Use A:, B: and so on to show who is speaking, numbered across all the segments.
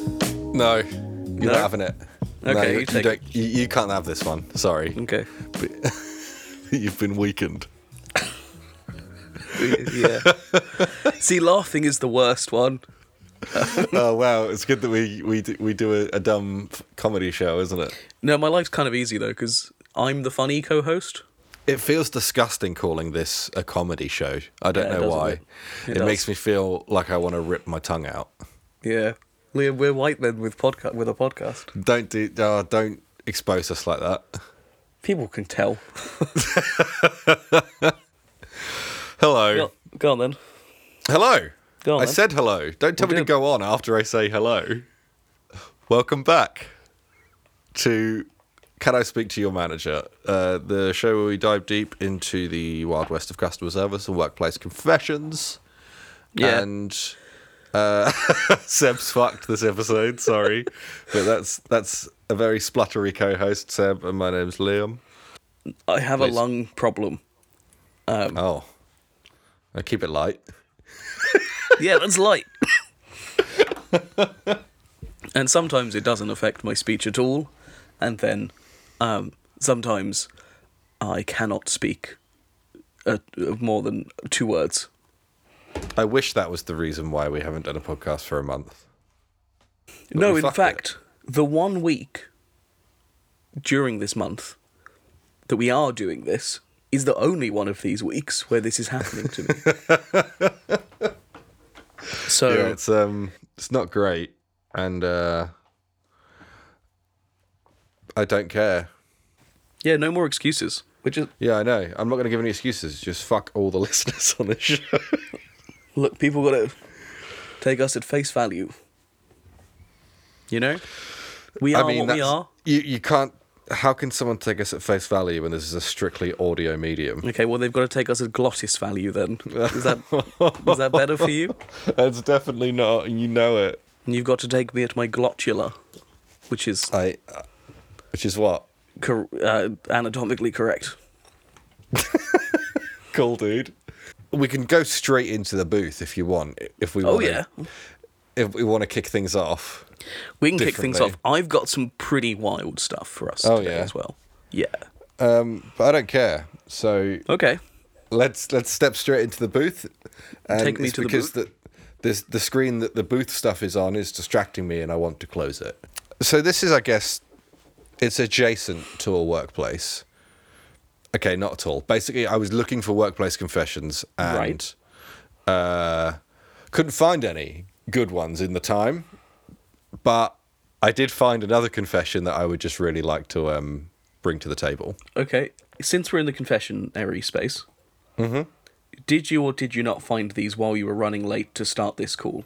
A: No, you're
B: No?
A: not having it. no,
B: Okay, you
A: you,
B: take
A: don't- you, you can't have this one. Sorry,
B: Okay.
A: But- you've been weakened.
B: yeah. See, laughing is the worst one.
A: oh wow, it's good that we we do, we do a, a dumb f- comedy show, isn't it?
B: No, my life's kind of easy though because I'm the funny co-host.
A: It feels disgusting calling this a comedy show. I don't
B: Yeah, it
A: know
B: does,
A: why.
B: doesn't it? It
A: It,
B: does.
A: makes me feel like I want to rip my tongue out.
B: Yeah, Liam, we're white men with podcast with a podcast.
A: Don't do. Oh, don't expose us like that.
B: People can tell.
A: Hello.
B: Go, go on then.
A: Hello.
B: Go on,
A: I
B: then.
A: said hello. Don't tell
B: We
A: me to
B: did.
A: go on after I say hello. Welcome back to Can I Speak to Your Manager? Uh, the show where we dive deep into the wild west of customer service and workplace confessions.
B: Yeah.
A: And uh, Seb's fucked this episode, sorry. but that's that's a very spluttery co host, Seb, and my name's Liam.
B: I have
A: Please.
B: a lung problem. Um.
A: Oh. I keep it light.
B: Yeah, that's light. and sometimes it doesn't affect my speech at all, and then um, sometimes I cannot speak uh, more than two words.
A: I wish that was the reason why we haven't done a podcast for a month.
B: no,
A: we
B: in
A: fucked
B: fact, the one week during this month that we are doing this is the only one of these weeks where this is happening to me. so
A: yeah, it's um, it's not great, and uh, I don't care.
B: yeah, no more excuses. Which is
A: Yeah, I know. I'm not going to give any excuses. Just fuck all the listeners on this show.
B: Look, people gotta take us at face value. You know? We are what we
A: that's-
B: are.
A: You you can't. How can someone take us at face value when this is a strictly audio medium?
B: Okay, well they've gotta take us at glottis value then. Is that is that better for you?
A: That's definitely not. You know it.
B: And you've got to take me at my glottula, which is
A: I. Uh, which is what.
B: cor- uh, anatomically correct.
A: Cool, dude. We can go straight into the booth if you want. If we.
B: Oh
A: wanna,
B: yeah.
A: If we want to kick things off.
B: We can kick things off.
A: Differently.
B: I've got some pretty wild stuff for us
A: Oh,
B: today
A: yeah.
B: as well. Yeah.
A: Um, but I don't care. So
B: Okay.
A: let's let's step straight into the booth. And
B: Take me
A: it's
B: to the
A: because The, this, the screen that the booth stuff is on is distracting me, and I want to close it. So this is, I guess, it's adjacent to a workplace. Okay, not at all. Basically, I was looking for workplace confessions and
B: Right.
A: uh, couldn't find any good ones in the time, but I did find another confession that I would just really like to um, bring to the table.
B: Okay. Since we're in the confessionary space,
A: Mm-hmm.
B: did you or did you not find these while you were running late to start this call?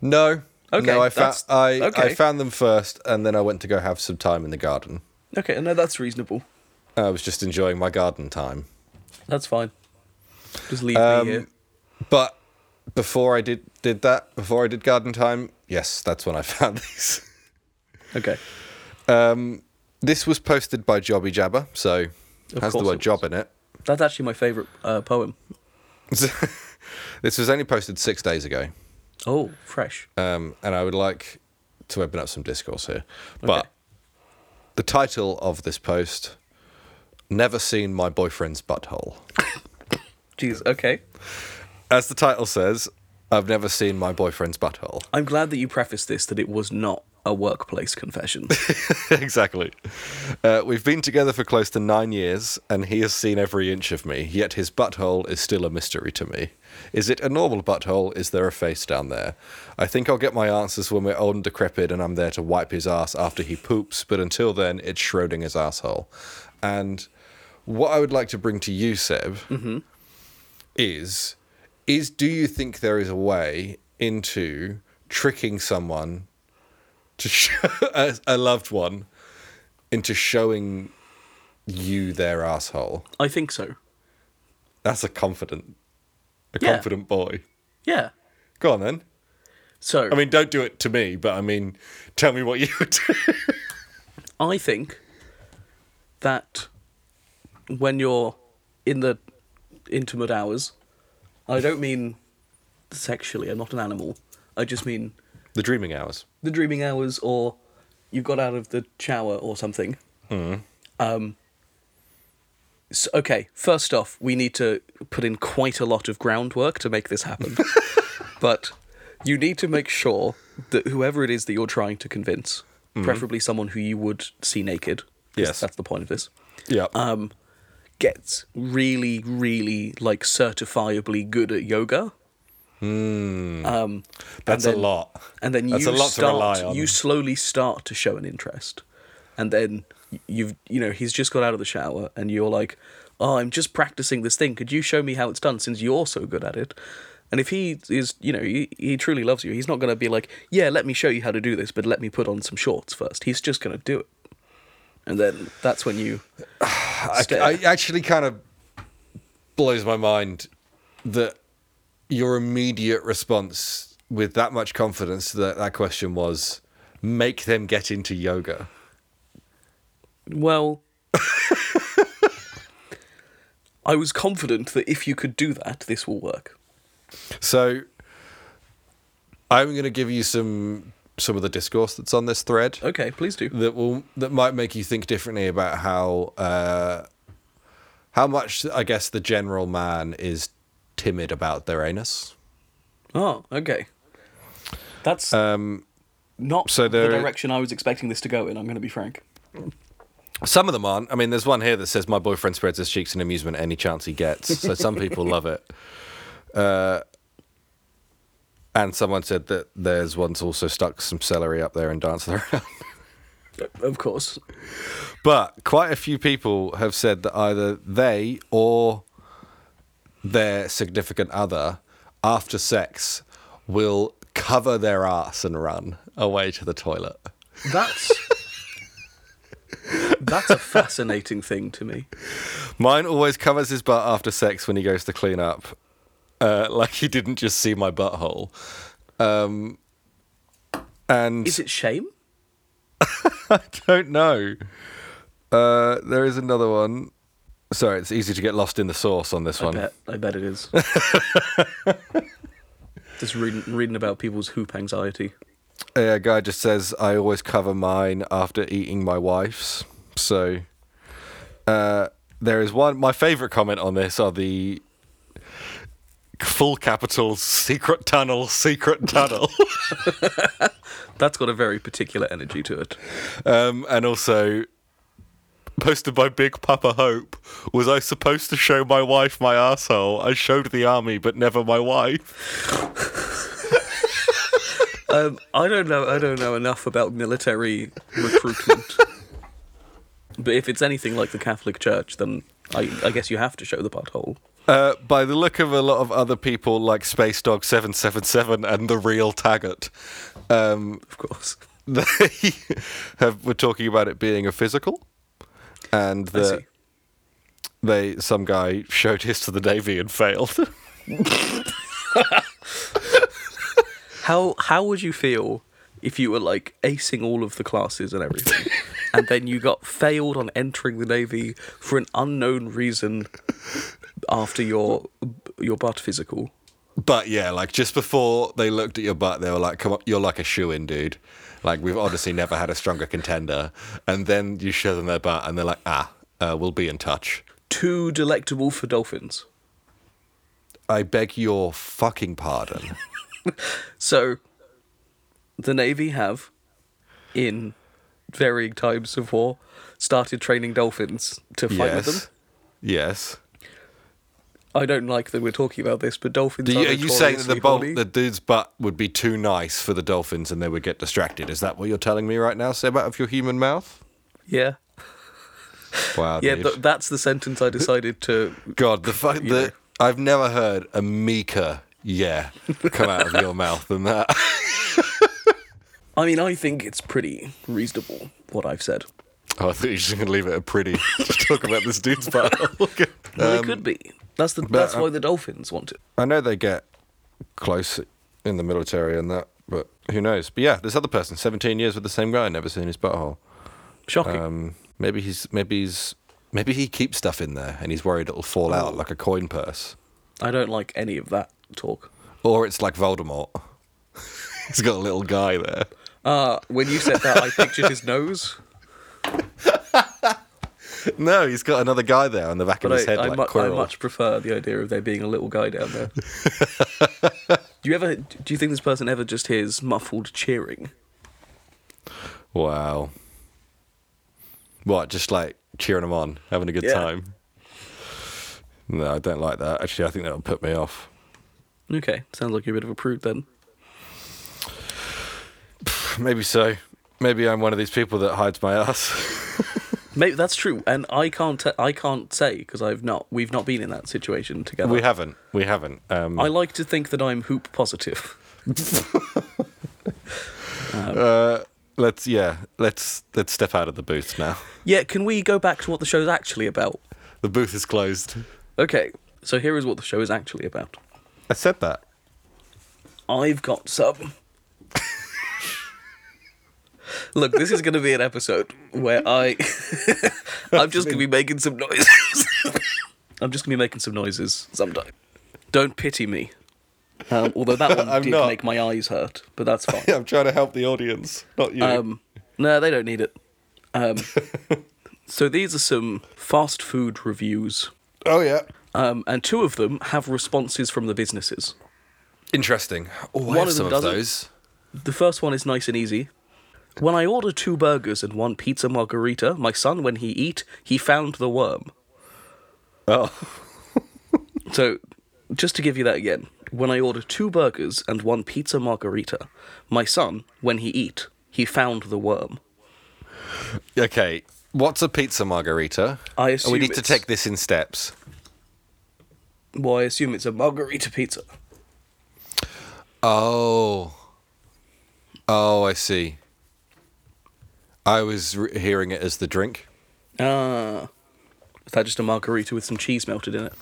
A: No.
B: Okay,
A: no, I, fa-
B: that's-
A: I, I
B: okay.
A: found them first, and then I went to go have some time in the garden.
B: Okay, no, that's reasonable.
A: I was just enjoying my garden time.
B: That's fine. Just leave
A: Um,
B: me here.
A: But before I did did that, before I did garden time, yes, that's when I found these. Um,
B: Okay.
A: This was posted by Jobby Jabber, so has the
B: course
A: word
B: it
A: job in it.
B: That's actually my favourite uh, poem.
A: this was only posted six days ago,
B: Oh, fresh.
A: um, and I would like to open up some discourse here. But the title of this post: "Never seen my boyfriend's butthole."
B: Jeez, okay.
A: As the title says, I've never seen my boyfriend's butthole.
B: I'm glad that you prefaced this that it was not a workplace confession.
A: exactly. Uh, we've been together for close to nine years, and he has seen every inch of me, yet his butthole is still a mystery to me. Is it a normal butthole? Is there a face down there? I think I'll get my answers when we're old and decrepit and I'm there to wipe his ass after he poops, but until then, it's Schrodinger's asshole. And what I would like to bring to you, Seb, is is do you think there is a way into tricking someone to show a, a loved one into showing you their asshole?
B: I think so.
A: That's a confident, a
B: Yeah.
A: confident boy.
B: Yeah.
A: Go on then.
B: So,
A: I mean, don't do it to me, but I mean, tell me what you would do.
B: I think that when you're in the intimate hours, I don't mean sexually, I'm not an animal. I just mean
A: The dreaming hours.
B: the dreaming hours or you got out of the shower or something. Um, s okay, first off, we need to put in quite a lot of groundwork to make this happen. but you need to make sure that whoever it is that you're trying to convince, preferably someone who you would see naked, 'cause
A: Yes.
B: that's the point of this,
A: Yeah.
B: um, gets really, really like certifiably good at yoga. Um,
A: That's
B: then-
A: a lot.
B: and then
A: That's
B: you
A: a lot to
B: start,
A: rely on.
B: you slowly start to show an interest, and then y- you've you know he's just got out of the shower, and you're like, oh, I'm just practicing this thing. Could you show me how it's done since you're so good at it? And if he is, you know, he, he truly loves you, he's not going to be like, yeah, let me show you how to do this, but let me put on some shorts first. He's just going to do it, and then that's when you.
A: I,
B: step-
A: I actually kind of blows my mind that your immediate response with that much confidence to that, that question was make them get into yoga.
B: Well, I was confident that if you could do that, this will work.
A: So I'm going to give you some some of the discourse that's on this thread
B: Okay, please do.
A: that will that might make you think differently about how uh, how much I guess the general man is timid about their anus.
B: Oh, okay. That's
A: Um,
B: not
A: Uh, so
B: the
A: there-
B: direction I was expecting this to go in. I'm going to be frank.
A: Some of them aren't. I mean, there's one here that says, "My boyfriend spreads his cheeks in amusement any chance he gets." So some people love it. Uh, and someone said that theirs once also stuck some celery up there and danced around.
B: Uh, Of course.
A: But quite a few people have said that either they or their significant other, after sex, will cover their arse and run away to the toilet.
B: That's That's a fascinating thing to me.
A: Mine always covers his butt after sex when he goes to clean up. Uh, like he didn't just see my butthole. Um, and
B: Is it shame?
A: I don't know. Uh, there is another one. Sorry, it's easy to get lost in the sauce on this
B: I
A: one.
B: bet I bet it is. Just reading reading about people's hoop anxiety.
A: A guy just says, I always cover mine after eating my wife's. So uh, there is one. My favorite comment on this are the full capitals, secret tunnel, secret tunnel.
B: That's got a very particular energy to it.
A: um, and also posted by Big Papa Hope. Was I supposed to show my wife my asshole? I showed the army, but never my wife.
B: Um, I don't know. I don't know enough about military recruitment. but if it's anything like the Catholic Church, then I, I guess you have to show the butthole.
A: Uh, by the look of a lot of other people, like Space Dog Seven Seven Seven and the Real Taggart, um,
B: Of course.
A: they have were talking about it being a physical, and
B: I
A: that
B: see.
A: they some guy showed his to the navy and failed.
B: How how would you feel if you were like acing all of the classes and everything, and then you got failed on entering the navy for an unknown reason after your your butt physical?
A: But yeah, like just before they looked at your butt, they were like, "Come on, you're like a shoe in, dude. Like we've honestly never had a stronger contender." And then you show them their butt, and they're like, "Ah, uh, we'll be in touch."
B: Too delectable for dolphins.
A: I beg your fucking pardon.
B: So, the navy have, in varying times of war, started training dolphins to fight with
A: yes,
B: them.
A: yes.
B: I don't like that we're talking about this, but dolphins.
A: Do
B: are
A: you, are you saying that the
B: notoriously
A: bol-
B: horny.
A: the dude's butt would be too nice for the dolphins, and they would get distracted? Is that what you're telling me right now, Seb, out of your human mouth?
B: Yeah,
A: Wow,
B: yeah.
A: dude.
B: Th- that's the sentence I decided to
A: God, the fuck.
B: know.
A: The I've never heard a meeker yeah come out of your mouth than that.
B: I mean, I think it's pretty reasonable what I've said.
A: Oh, I thought you were just going to leave it at pretty. just talk about this dude's butt. Okay.
B: Well, it could be. That's the that's
A: um,
B: why the dolphins want it.
A: I know they get close in the military and that, but who knows? But yeah, this other person, 17 years with the same guy, never seen his butthole.
B: Shocking.
A: Um, maybe he's maybe he's maybe he keeps stuff in there and he's worried it'll fall out like a coin purse,
B: I don't like any of that talk.
A: or it's like Voldemort. He's got a little guy there.
B: Uh, when you said that, I pictured his nose.
A: No, he's got another guy there on the back of his
B: But I,
A: head,
B: I,
A: like
B: mu- I
A: Quirrell.
B: much prefer the idea of there being a little guy down there. do you ever? Do you think this person ever just hears muffled cheering?
A: Wow. What? Just like cheering them on, having a good
B: Yeah.
A: time. No, I don't like that. Actually, I think that'll put me off.
B: Okay, sounds like you're a bit of a prude then.
A: Maybe so. Maybe I'm one of these people that hides my ass.
B: Maybe that's true, and I can't. T- I can't say because I've not. We've not been in that situation together.
A: we haven't. We haven't. Um,
B: I like to think that I'm hoop positive.
A: uh, let's. Yeah. Let's. Let's step out of the booth now.
B: Yeah, can we go back to what the show's actually about?
A: The booth is closed.
B: Okay, so here is what the show is actually about.
A: I said that.
B: I've got some. Look, this is going to be an episode where I, I'm just going to be making some noises. I'm just going to be making some noises sometime. Don't pity me. Um, although that one
A: I'm
B: did
A: not.
B: make my eyes hurt, but that's fine.
A: I'm trying to help the audience, not you.
B: Um, no, they don't need it. Um, so these are some fast food reviews,
A: oh yeah.
B: um, and two of them have responses from the businesses.
A: Interesting. Oh, I
B: One
A: have
B: of them
A: some of
B: doesn't.
A: those.
B: The first one is nice and easy. When I order two burgers and one pizza margarita, my son, when he eat, he found the worm.
A: Oh.
B: So, just to give you that again, when I order two burgers and one pizza margarita, my son, when he eat, he found the worm.
A: Okay. What's a pizza margarita?
B: I
A: we
B: assume
A: need to
B: it's-
A: take this in steps.
B: Well, I assume it's a margarita pizza.
A: Oh. Oh, I see. I was re- hearing it as the drink.
B: Ah, is that just a margarita with some cheese melted in it?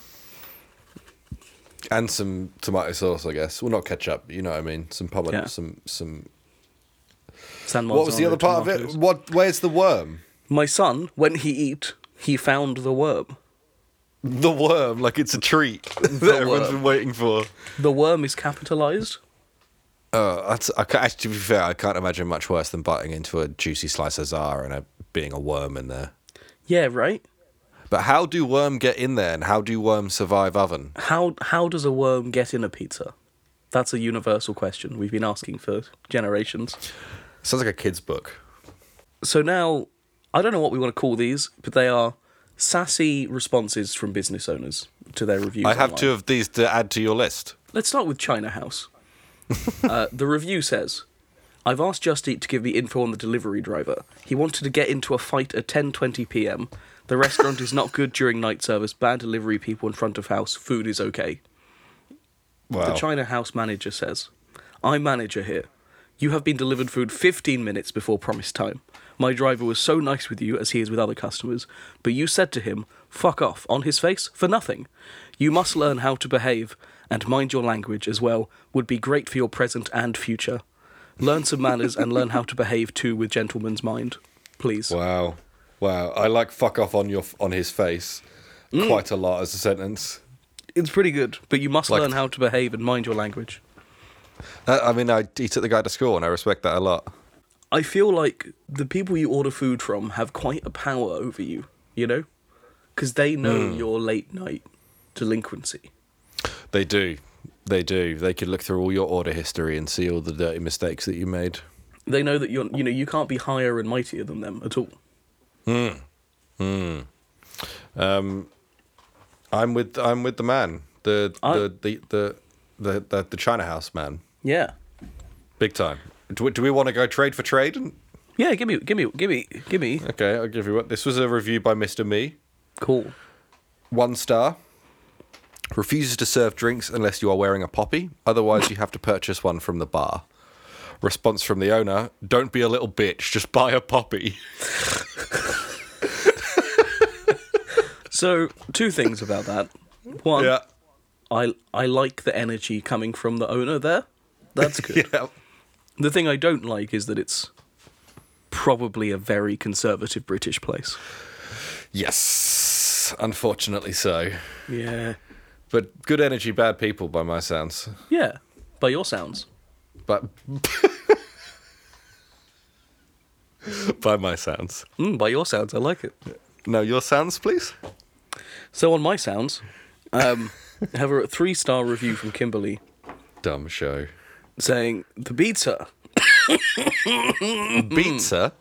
A: And some tomato sauce, I guess. Well, not ketchup. You know what I mean. Some pomelo,
B: Yeah.
A: some some.
B: San
A: What was the other part of it? What? Where's the worm?
B: My son, when he eat, he found the worm.
A: The worm, like it's a treat that
B: The
A: everyone's
B: worm.
A: been waiting for.
B: The worm is capitalized.
A: Oh, that's. I ca actually, to be fair, I can't imagine much worse than biting into a juicy slice of czar and a, being a worm in there.
B: Yeah, right.
A: But how do worm get in there, and how do worm survive oven?
B: How how does a worm get in a pizza? That's a universal question we've been asking for generations.
A: Sounds like a kid's book.
B: So now, I don't know what we want to call these, but they are sassy responses from business owners to their reviews.
A: I have
B: online.
A: two of these to add to your list.
B: Let's start with China House. uh, the review says, "I've asked Just Eat to give me info on the delivery driver. He wanted to get into a fight at 10:20 p.m. The restaurant is not good during night service. Bad delivery people in front of house. Food is okay."
A: Wow.
B: The China house manager says, I'm manager here. You have been delivered food 15 minutes before promised time. My driver was so nice with you, as he is with other customers, but you said to him, fuck off, on his face, for nothing. You must learn how to behave and mind your language as well, would be great for your present and future. Learn some manners and learn how to behave too with gentleman's mind, please.
A: Wow, wow! I like "fuck off" on your on his face quite a lot as a sentence.
B: It's pretty good, but you must
A: Like-
B: learn how to behave and mind your language.
A: Uh, I mean, I he took the guy to school, and I respect that a lot.
B: I feel like the people you order food from have quite a power over you, you know? Because they know your late night delinquency.
A: They do, they do. They could look through all your order history and see all the dirty mistakes that you made.
B: They know that you're, you know, you can't be higher and mightier than them at all.
A: I'm with I'm with the man, the
B: I-
A: the, the, the the the the China House man,
B: Yeah.
A: big time. Do we, do we want to go trade for trade?
B: Yeah, give me, give me, give me, give me.
A: Okay, I'll give you what. This was a review by Mister Me.
B: Cool.
A: One star. Refuses to serve drinks unless you are wearing a poppy. Otherwise, you have to purchase one from the bar. Response from the owner Don't be a little bitch, just buy a poppy.
B: So, two things about that. One,
A: Yeah.
B: I, I like the energy coming from the owner there. That's good.
A: Yeah.
B: The thing I don't like is that it's probably a very conservative British place.
A: Yes. Unfortunately so.
B: Yeah.
A: But good energy, bad people, by my sounds.
B: Yeah. By your sounds.
A: by by my sounds.
B: Mm, by your sounds, I like it.
A: No, your sounds, please.
B: So on my sounds, um, have a three star review from Kimberly
A: Dumb show.
B: saying the pizza,
A: Mm. Pizza.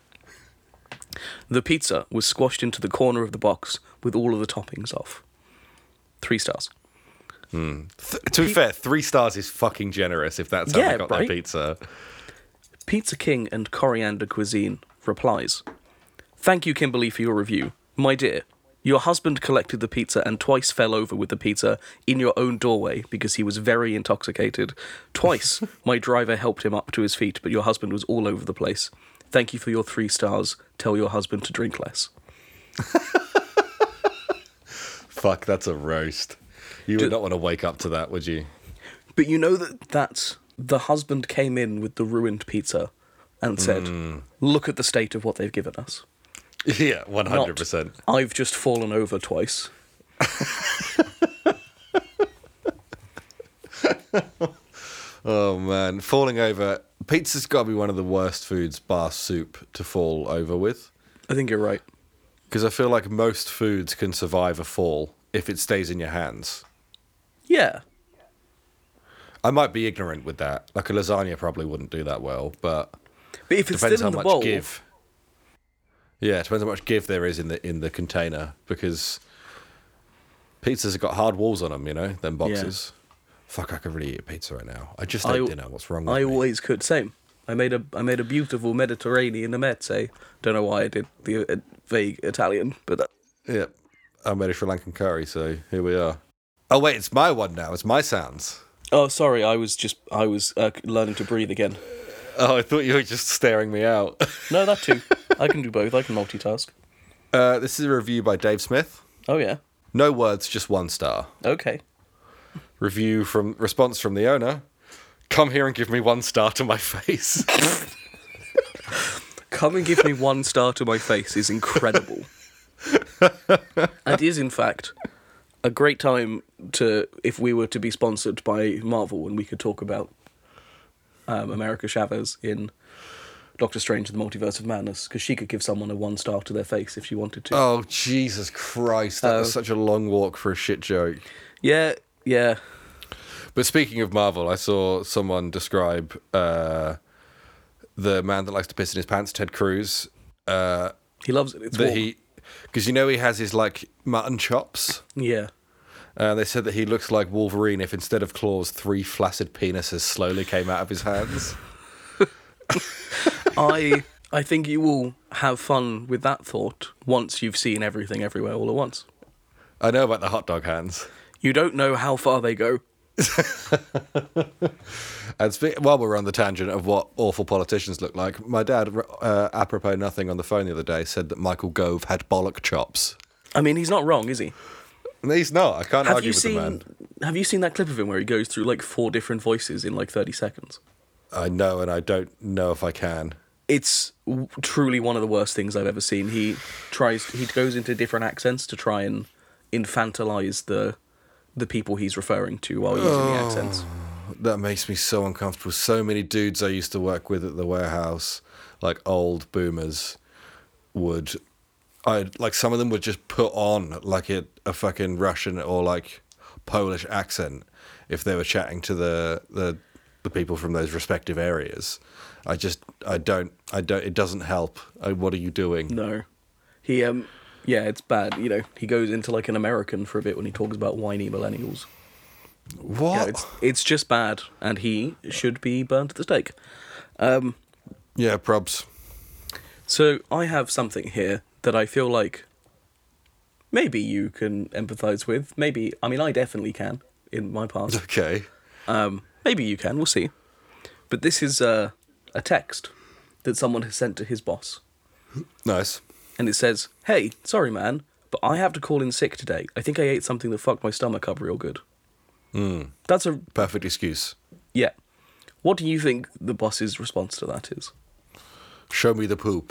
B: the pizza was squashed into the corner of the box with all of the toppings off. Three stars.
A: Th- to be fair, three stars is fucking generous. If that's how
B: Yeah,
A: they got
B: right?
A: their pizza.
B: Pizza King and Coriander Cuisine replies Thank you, Kimberly, for your review. My dear, your husband collected the pizza and twice fell over with the pizza in your own doorway because he was very intoxicated. Twice, my driver helped him up to his feet, but your husband was all over the place. Thank you for your three stars. Tell your husband to drink less.
A: Fuck, that's a roast. You would not want to wake up to that, would you?
B: But you know that that's the husband came in with the ruined pizza and said,
A: Hmm.
B: Look at the state of what they've given us.
A: yeah, one
B: Not,
A: hundred percent.
B: I've just fallen over twice.
A: Oh man, falling over. Pizza's got to be one of the worst foods, bar soup, to fall over with.
B: I think you're right.
A: Because I feel like most foods can survive a fall if it stays in your hands.
B: Yeah.
A: I might be ignorant with that. Like a lasagna probably wouldn't do that well, but
B: But if it's still
A: depends how
B: in the
A: much
B: bowl,
A: give. Yeah, it depends how much give there is in the in the container because pizzas have got hard walls on them, you know, them boxes. Fuck, I could really eat pizza right now. I just
B: I-
A: ate dinner. What's wrong with
B: I
A: me?
B: always could. Same. I made a I made a beautiful Mediterranean omelette. Don't know why I did the uh, vague Italian, but that,
A: Yeah, I made a Sri Lankan curry, so here we are. Oh wait, it's my one now. It's my sounds.
B: oh sorry, I was just I was uh, learning to breathe again.
A: Oh, I thought you were just staring me out.
B: No, that too. I can do both. I can multitask.
A: uh, this is a review by Dave Smith.
B: Oh yeah.
A: No words, just one star.
B: Okay.
A: Review from response from the owner. Come here and give me one star to my face.
B: Come and give me one star to my face is incredible. and is in fact a great time to if we were to be sponsored by Marvel and we could talk about um, America Chavez in Doctor Strange and the Multiverse of Madness because she could give someone a one star to their face if she wanted to.
A: oh Jesus Christ! That was such a long walk for a shit joke.
B: Yeah, yeah.
A: But speaking of Marvel, I saw someone describe uh, the man that likes to piss in his pants, Ted Cruz,
B: He loves it. It's
A: that
B: warm.
A: he because you know he has his like mutton chops
B: yeah.
A: and they said that he looks like wolverine if instead of claws three flaccid penises slowly came out of his hands
B: I I think you will have fun with that thought once you've seen everything everywhere all at once.
A: i know about the hot dog hands
B: You don't know how far they go.
A: and spe- while we're on the tangent of what awful politicians look like my dad uh, apropos nothing on the phone the other day said that michael gove had bollock chops
B: I mean, he's not wrong, is he?
A: and he's not i can't
B: Have
A: argue
B: you
A: with the man
B: seen Have you seen that clip of him where he goes through like four different voices in like thirty seconds?
A: i know and i don't know if i can
B: It's w- truly one of the worst things I've ever seen. He tries he goes into different accents to try and infantilize the the people he's referring to while using the accents.
A: Oh. That makes me so uncomfortable. So many dudes I used to work with at the warehouse, like old boomers, would I like some of them would just put on like a, a fucking Russian or like Polish accent if they were chatting to the, the the people from those respective areas. I just I don't I don't it doesn't help. I, what are you doing?
B: No, he um yeah, it's bad. You know, he goes into like an American for a bit when he talks about whiny millennials. Yeah,
A: What?
B: it's it's just bad, and he should be burned at the stake.
A: yeah probs.
B: So I have something here that I feel like maybe you can empathize with. Maybe I mean I definitely can in my past.
A: Okay.
B: Um, maybe you can. We'll see. But this is uh, a text that someone has sent to his boss,
A: Nice.
B: and it says, "Hey, sorry, man, but I have to call in sick today. I think I ate something that fucked my stomach up real good." That's a
A: Perfect excuse.
B: yeah. What do you think the boss's response to that is?
A: Show me the poop.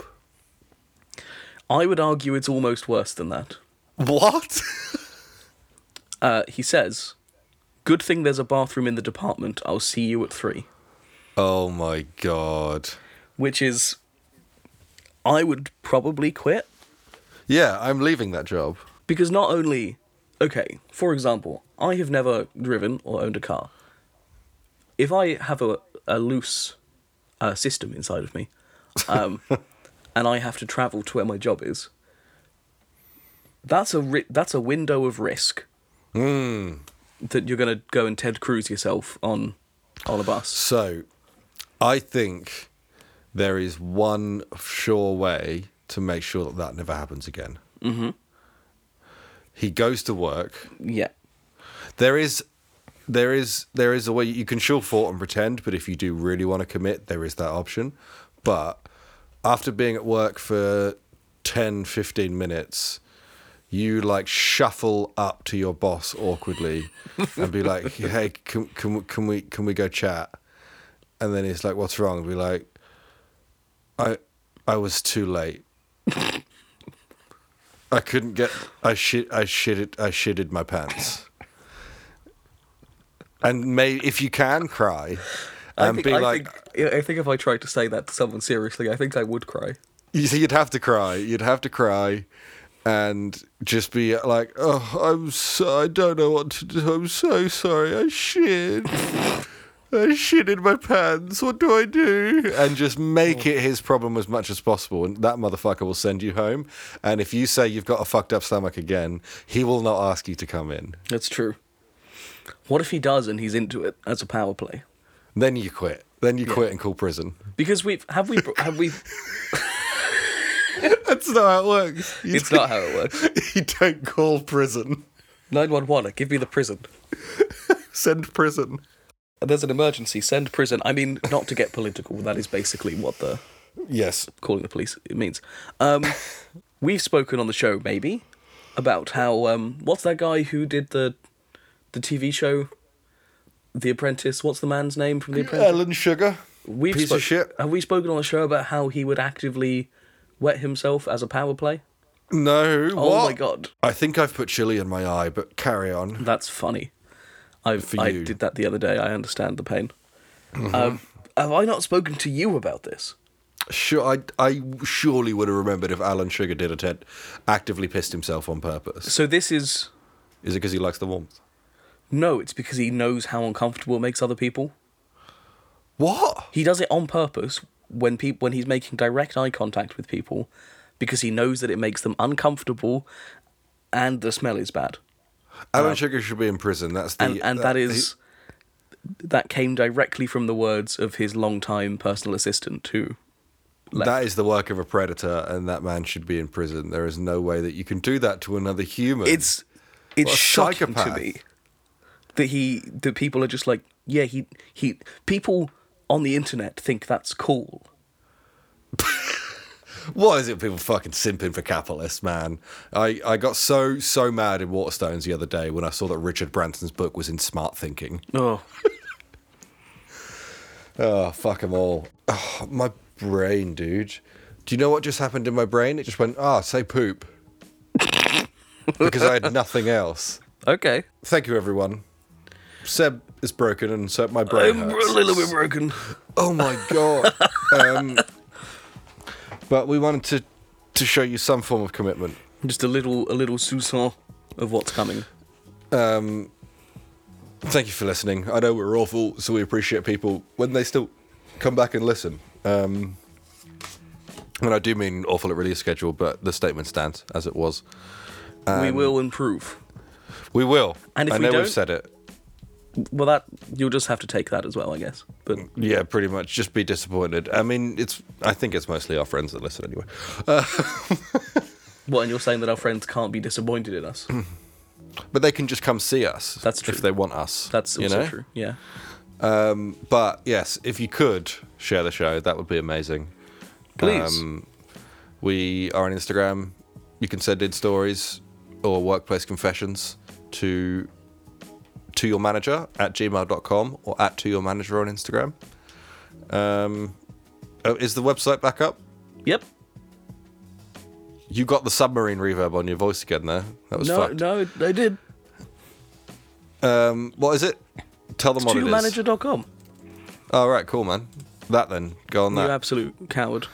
B: I would argue it's almost worse than that.
A: What?
B: Uh, he says, "Good thing there's a bathroom in the department. I'll see you at three.
A: Oh my god.
B: which is I would probably quit
A: Yeah, I'm leaving that job.
B: because not only okay, for example, I have never driven or owned a car. If I have a a loose uh, system inside of me, um, and I have to travel to where my job is, that's a ri- that's a window of risk
A: Hmm.
B: that you're going to go and Ted Cruz yourself on on a bus.
A: So, I think there is one sure way to make sure that that never happens again. Mm-hmm. He goes to work.
B: Yeah,
A: There is, there is, there is a way you can sure fort and pretend, but if you do really want to commit, there is that option. But after being at work for 10, 15 minutes, you like shuffle up to your boss awkwardly and be like, "Hey, can can can we can we go chat?" And then he's like, "What's wrong?" And be like, "I I was too late. I couldn't get. I shit. I shitted. I shitted my pants." And may if you can cry, and
B: I think,
A: be
B: I
A: like,
B: think- I think if I tried to say that to someone seriously, I think I would cry.
A: you see, you'd have to cry. You'd have to cry, and just be like, "Oh, I'm so I don't know what to do. I'm so sorry. I shit. I shit in my pants. What do I do?" And just make it his problem as much as possible. And that motherfucker will send you home. And if you say you've got a fucked up stomach again, he will not ask you to come in.
B: That's true. What if he does and he's into it as a power play?
A: Then you quit. Then you quit and call prison.
B: Because we've have we have we.
A: That's not how it works. You
B: It's
A: don't-
B: not how it works.
A: You don't call prison.
B: Nine one one. Give me the prison.
A: Send prison.
B: There's an emergency. Send prison. I mean, not to get political. That is basically what the
A: Yes.
B: calling the police it means. Um, we've spoken on the show maybe about how um, what's that guy who did the the TV show, The Apprentice. What's the man's name from The Apprentice?
A: Ellen Sugar.
B: We've
A: Piece of shit.
B: Have we spoken on the show about how he would actively wet himself as a power play?
A: No.
B: Oh
A: what?
B: my god,
A: I think I've put chili in my eye, but carry on.
B: that's funny. I've,
A: For
B: I
A: you. Mm-hmm.
B: did that the other day. I understand the pain. Um, have I not spoken to you about this?
A: Sure, I, I surely would have remembered if Alan Sugar did it. had Actively pissed himself on purpose.
B: So this is
A: Is it because he likes the warmth?
B: no. It's because he knows how uncomfortable it makes other people.
A: What?
B: He does it on purpose when peop when he's making direct eye contact with people, because he knows that it makes them uncomfortable, and the smell is bad.
A: Alan Sugar should be in prison. That's the uh,
B: and and that is that came directly from the words of his longtime personal assistant too.
A: that is the work of a predator, and that man should be in prison. There is no way that you can do that to another human.
B: It's it's
A: What a
B: shocking
A: psychopath.
B: to me that he that people are just like yeah he he people on the internet think that's cool.
A: What is it, people fucking simping for capitalists, man? I, I got so, so mad in Waterstones the other day when I saw that Richard Branson's book was in Smart Thinking.
B: Oh,
A: Oh, fuck them all. Oh, my brain, dude. Do you know what just happened in my brain? It just went, ah, say poop. because I had nothing else.
B: okay.
A: Thank you, everyone. Seb is broken, and so my brain.
B: I'm a
A: hurts.
B: little bit broken.
A: Oh my god. um, but we wanted to, to show you some form of commitment.
B: Just a little a little soupçon of what's coming.
A: Thank you for listening. I know we're awful, so we appreciate people when they still come back and listen. Um, and I do mean awful at release schedule, but the statement stands as it was. Um,
B: we will improve.
A: We will.
B: And if
A: I
B: we
A: know
B: don't-
A: we've said it.
B: Well, that you'll just have to take that as well, I guess. But
A: Yeah, pretty much. Just be disappointed. I mean, it's. I think it's mostly our friends that listen anyway. Uh,
B: what? And you're saying that our friends can't be disappointed in us?
A: Hmm. but they can just come see us.
B: That's true.
A: If they want us.
B: That's
A: you
B: also
A: know?
B: true. Yeah.
A: But yes, if you could share the show, that would be amazing.
B: Please.
A: Um, we are on Instagram. You can send in stories or workplace confessions to to your manager at gmail.com or at to your manager on Instagram. Um, oh, is the website back up?
B: yep.
A: You got the submarine reverb on your voice again there. That was
B: No,
A: fucked.
B: no, they did.
A: Um, what is it? Tell them what it is.
B: Tomanager.com.
A: All right, cool, man. That then, go on
B: You
A: that.
B: absolute coward.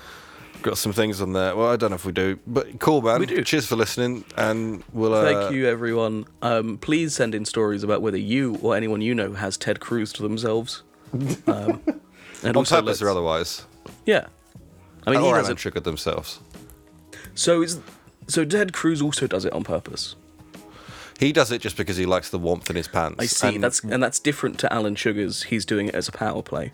A: Got some things on there. Well, I don't know if we do, but cool, man.
B: We do.
A: Cheers for listening, and we'll. Uh,
B: Thank you, everyone. Um, please send in stories about whether you or anyone you know has Ted Cruz to themselves. Um, and
A: On
B: also
A: purpose or
B: let's-
A: otherwise,
B: Yeah. I mean, he
A: or
B: does
A: have
B: it.
A: triggered themselves.
B: So is so Ted Cruz also does it on purpose.
A: He does it just because he likes the warmth in his pants.
B: I see.
A: And-
B: that's and that's different to Alan Sugar's. He's doing it as a power play.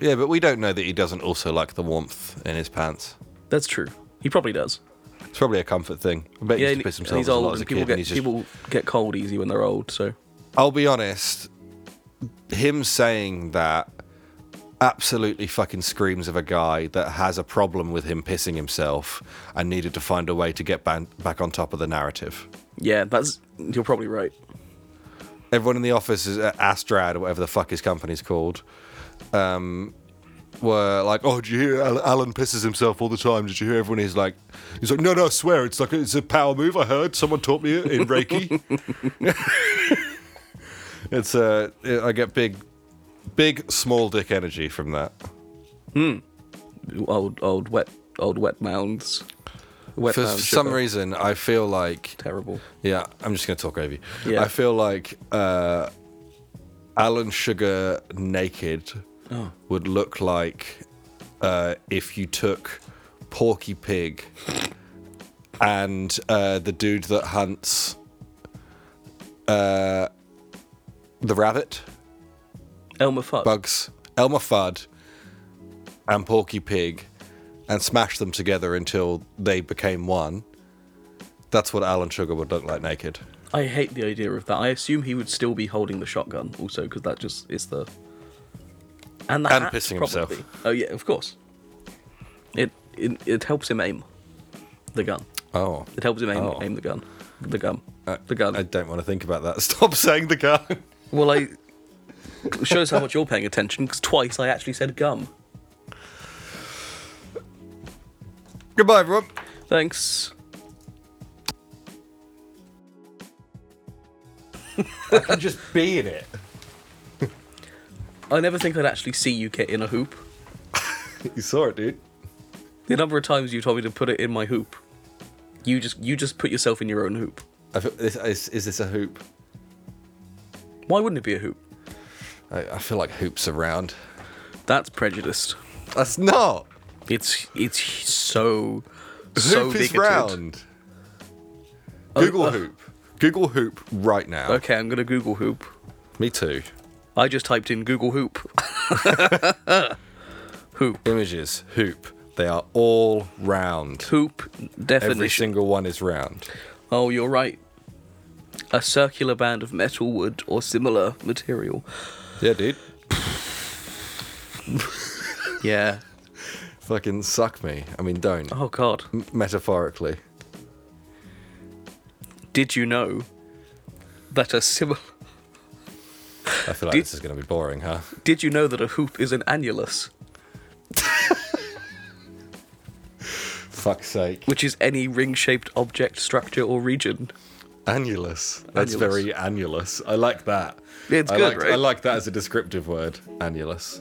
A: yeah, but we don't know that he doesn't also like the warmth in his pants.
B: That's true. He probably does.
A: It's probably a comfort thing. I bet
B: Yeah,
A: he
B: and,
A: used to piss
B: and
A: himself
B: he's
A: off a lot
B: old,
A: as a
B: and
A: kid.
B: people
A: and
B: get
A: he's just-
B: people get cold easy when they're old. So
A: I'll be honest, him saying that absolutely fucking screams of a guy that has a problem with him pissing himself and needed to find a way to get ban- back on top of the narrative.
B: yeah, that's you're probably right.
A: Everyone in the office is at Astrad or whatever the fuck his company's called. Um, were like, oh, did you hear Al- Alan pisses himself all the time? Did you hear everyone? He's like, he's like, no, no, I swear, it's like it's a power move. I heard someone taught me it in Reiki. it's uh, I get big, big small dick energy from that.
B: Old old wet old wet mounds. Wet
A: For
B: mound
A: some
B: sugar.
A: reason, I feel like
B: terrible.
A: Yeah, I'm just going to talk over you.
B: Yeah.
A: I feel like uh, Alan Sugar naked would look like uh, if you took Porky Pig and uh, the dude that hunts uh, the rabbit,
B: Elmer Fudd.
A: Bugs, Elmer Fudd, and Porky Pig and smashed them together until they became one. That's what Alan Sugar would look like naked.
B: I hate the idea of that. I assume he would still be holding the shotgun also because that just is the and the
A: And
B: hat,
A: pissing himself.
B: probably. Oh yeah, of course. It it, it helps him aim the gun.
A: Oh.
B: It helps him aim,
A: Oh.
B: aim the gun. The gun.
A: Uh,
B: the gun.
A: I don't want to think about that. Stop saying the gun.
B: well, I. shows how much you're paying attention because twice I actually said gum.
A: Goodbye, everyone.
B: Thanks.
A: I can just be in it.
B: I never think I'd actually see you get in a hoop.
A: You saw it, dude.
B: The number of times you told me to put it in my hoop, you just you just put yourself in your own hoop.
A: I feel, is, is, is this a hoop?
B: Why wouldn't it be a hoop?
A: I, I feel like hoops around.
B: That's prejudiced.
A: That's not.
B: It's it's so so
A: Hoop is
B: bigoted.
A: round. Google
B: uh.
A: hoop. Google hoop right now.
B: Okay, I'm gonna Google hoop.
A: Me too.
B: I just typed in Google hoop. hoop
A: Images hoop. They are all round.
B: hoop
A: Every
B: definition.
A: single one is round.
B: Oh, you're right. A circular band of metal, wood, or similar material.
A: Yeah, dude.
B: Yeah.
A: Fucking suck me. I mean, don't.
B: Oh God.
A: M- metaphorically.
B: Did you know that a similar?
A: I feel like
B: Did-
A: this is going to be boring, huh?
B: Did you know that a hoop is an annulus,
A: Fuck's sake.
B: which is any ring-shaped object, structure, or region?
A: Annulus. That's
B: Annulus.
A: very annulus. I like that.
B: It's
A: I
B: good,
A: liked-
B: right?
A: I like that as a descriptive word. Annulus.